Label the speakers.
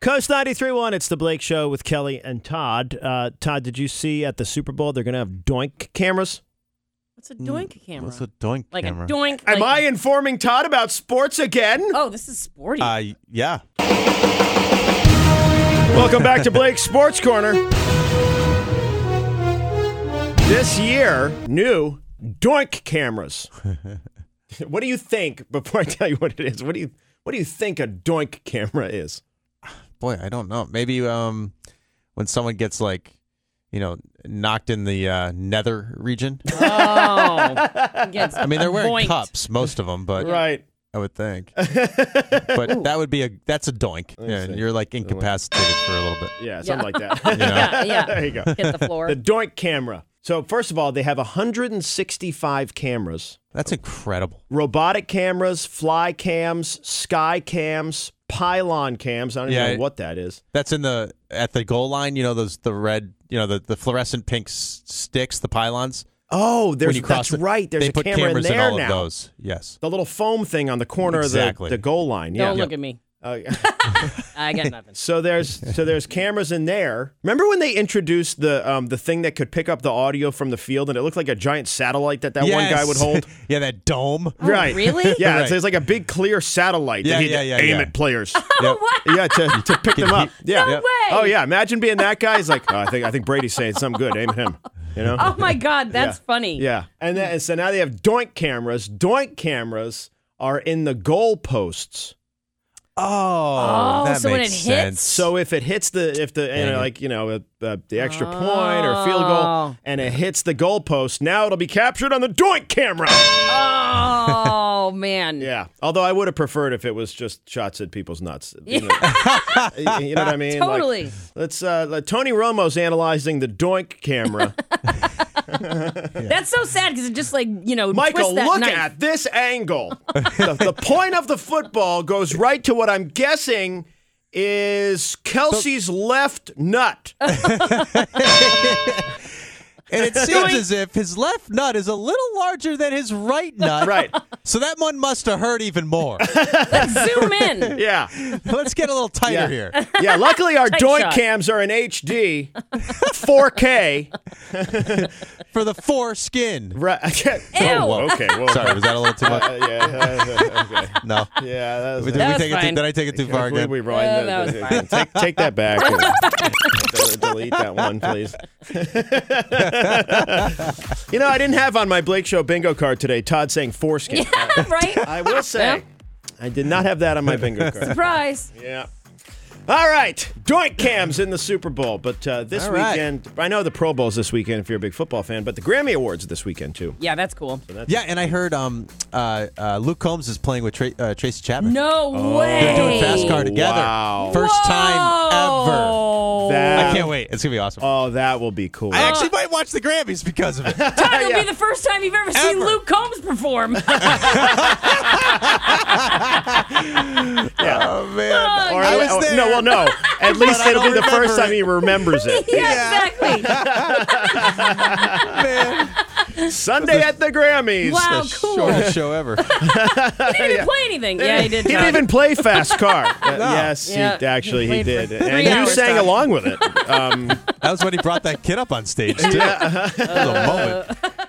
Speaker 1: Coast 93.1, it's the Blake Show with Kelly and Todd. Uh, Todd, did you see at the Super Bowl they're going to have doink cameras?
Speaker 2: What's a doink camera?
Speaker 3: Hmm, What's a doink
Speaker 2: like
Speaker 3: camera?
Speaker 2: a doink.
Speaker 1: Am I
Speaker 2: like-
Speaker 1: informing Todd about sports again?
Speaker 2: Oh, this is sporty.
Speaker 3: Uh, yeah.
Speaker 2: Oh.
Speaker 1: Welcome back to Blake's Sports Corner. This year, new doink cameras. what do you think? Before I tell you what it is, what do you what do you think a doink camera is?
Speaker 3: Boy, I don't know. Maybe um, when someone gets like, you know, knocked in the uh, nether region.
Speaker 2: oh, Gets
Speaker 3: I mean, they're wearing
Speaker 2: boinked.
Speaker 3: cups, most of them, but
Speaker 1: Right.
Speaker 3: I would think. But that would be a that's a doink. Yeah, and you're like incapacitated for a little bit.
Speaker 1: Yeah, something
Speaker 2: Yeah.
Speaker 1: like that.
Speaker 2: Yeah, yeah.
Speaker 1: there you go.
Speaker 2: Hit the floor.
Speaker 1: The doink camera. So first of all, they have 165 cameras.
Speaker 3: That's incredible.
Speaker 1: robotic cameras, fly cams, sky cams, pylon cams. I don't
Speaker 3: Yeah,
Speaker 1: even
Speaker 3: I-
Speaker 1: know what that is.
Speaker 3: That's in the at the goal line. You know those the red. You know the, the fluorescent pink s- sticks, the pylons.
Speaker 1: Oh,
Speaker 3: When
Speaker 1: there's
Speaker 3: you
Speaker 1: that's
Speaker 3: cross it,
Speaker 1: right. There's
Speaker 3: they
Speaker 1: a
Speaker 3: put
Speaker 1: camera in
Speaker 3: cameras
Speaker 1: there
Speaker 3: all
Speaker 1: now.
Speaker 3: of those. Yes.
Speaker 1: The little foam thing on the corner
Speaker 3: Exactly.
Speaker 1: of the, the goal line. Yeah.
Speaker 2: Don't Oh, look at me.
Speaker 1: Uh,
Speaker 2: I got nothing.
Speaker 1: so there's so there's cameras in there. Remember when they introduced the um, the thing that could pick up the audio from the field and it looked like a giant satellite that that one guy would
Speaker 3: Yes.
Speaker 1: hold.
Speaker 3: yeah, that dome.
Speaker 1: right.
Speaker 2: Oh, really?
Speaker 1: Yeah,
Speaker 3: Right.
Speaker 1: so it's like a big clear satellite
Speaker 3: Yeah,
Speaker 1: that he'd
Speaker 3: yeah, yeah,
Speaker 1: aim
Speaker 3: yeah.
Speaker 1: at players.
Speaker 3: Yep.
Speaker 1: yeah, to, to pick them up. Yeah.
Speaker 2: No
Speaker 3: Yep.
Speaker 2: way.
Speaker 1: Oh yeah, imagine being that guy. He's like, oh, I think I think Brady's saying something good. Aim at him. You know?
Speaker 2: Oh my God, that's
Speaker 1: Yeah.
Speaker 2: funny.
Speaker 1: Yeah. And, then, and so now they have doink cameras. Doink cameras are in the goal posts.
Speaker 3: Oh,
Speaker 2: Oh,
Speaker 3: that
Speaker 2: so when
Speaker 3: makes
Speaker 2: it hits-
Speaker 3: sense.
Speaker 1: So if it hits the if the you
Speaker 3: Dang
Speaker 1: know,
Speaker 3: it.
Speaker 1: like you know uh, the extra point or field goal
Speaker 2: Oh.
Speaker 1: and it hits the goal post, now it'll be captured on the doink camera.
Speaker 2: Oh man.
Speaker 1: Yeah. Although I would have preferred if it was just shots at people's nuts. You know, you know what I mean? Like,
Speaker 2: Totally.
Speaker 1: let's uh, let- Tony Romo's analyzing the doink camera.
Speaker 2: That's so sad because it just like you know.
Speaker 1: Michael,
Speaker 2: twists that
Speaker 1: look
Speaker 2: knife.
Speaker 1: at this angle. the, the point of the football goes right to what I'm guessing is Kelsey's left nut.
Speaker 3: and it seems as if his left nut is a little larger than his right nut.
Speaker 1: Right.
Speaker 3: So that one must have hurt even more.
Speaker 2: Zoom in.
Speaker 1: Yeah.
Speaker 3: Let's get a little tighter
Speaker 1: Yeah.
Speaker 3: here.
Speaker 1: Yeah. Luckily, our doink
Speaker 2: shot.
Speaker 1: cams are in HD, 4K.
Speaker 3: For the foreskin.
Speaker 1: Right.
Speaker 2: Ew.
Speaker 1: Oh, whoa, okay. Whoa.
Speaker 3: Sorry, was that a little too much?
Speaker 1: Uh, yeah. uh, okay.
Speaker 3: No.
Speaker 1: Yeah. That was,
Speaker 3: Did, we
Speaker 2: That was
Speaker 3: take it too,
Speaker 2: fine.
Speaker 3: did I take it too far
Speaker 1: If we-
Speaker 3: again?
Speaker 1: we rewind
Speaker 2: Uh,
Speaker 1: that-
Speaker 2: that was
Speaker 1: take, take that back. Del- delete that one, please. you know, I didn't have on my Blake Show bingo card today. Todd saying foreskin.
Speaker 2: right.
Speaker 1: I will say, I did not have that on my bingo card.
Speaker 2: Surprise.
Speaker 1: Yeah. All right, joint cams in the Super Bowl, but uh, this
Speaker 3: All right.
Speaker 1: weekend, I know the Pro Bowl's this weekend if you're a big football fan, but the Grammy Awards this weekend too.
Speaker 2: Yeah, that's cool.
Speaker 3: Yeah, and I heard um, uh, uh, Luke Combs is playing with Tra- uh, Tracy Chapman.
Speaker 2: No way.
Speaker 3: They're Oh. doing Fast Car together.
Speaker 1: Wow.
Speaker 3: First time ever.
Speaker 2: Whoa. Uh,
Speaker 1: That-
Speaker 3: I can't wait. It's going to be awesome.
Speaker 1: Oh, that will be cool.
Speaker 3: I actually might watch the Grammys because of it.
Speaker 2: Todd, it'll be the first time you've ever, seen
Speaker 3: Ever.
Speaker 2: Luke Combs perform.
Speaker 1: yeah.
Speaker 3: Oh, man.
Speaker 1: Or-
Speaker 3: I was
Speaker 1: or-
Speaker 3: there.
Speaker 1: No, well, no. At least
Speaker 3: I
Speaker 1: it'll be
Speaker 3: don't
Speaker 1: the first
Speaker 3: remember
Speaker 1: time he remembers it.
Speaker 2: yeah, exactly.
Speaker 3: man.
Speaker 1: Sunday at the Grammys.
Speaker 2: Wow, cool.
Speaker 3: Shortest show ever.
Speaker 2: He didn't even play anything. Yeah, he did.
Speaker 1: He didn't
Speaker 2: Todd.
Speaker 1: even play Fast Car. Uh, Yes,
Speaker 2: Yeah.
Speaker 1: he, actually he
Speaker 2: He played
Speaker 1: did,
Speaker 2: for
Speaker 1: and
Speaker 2: three
Speaker 1: you
Speaker 2: hours.
Speaker 1: sang along with it. Um,
Speaker 3: That was when he brought that kid up on stage, too. That was a moment.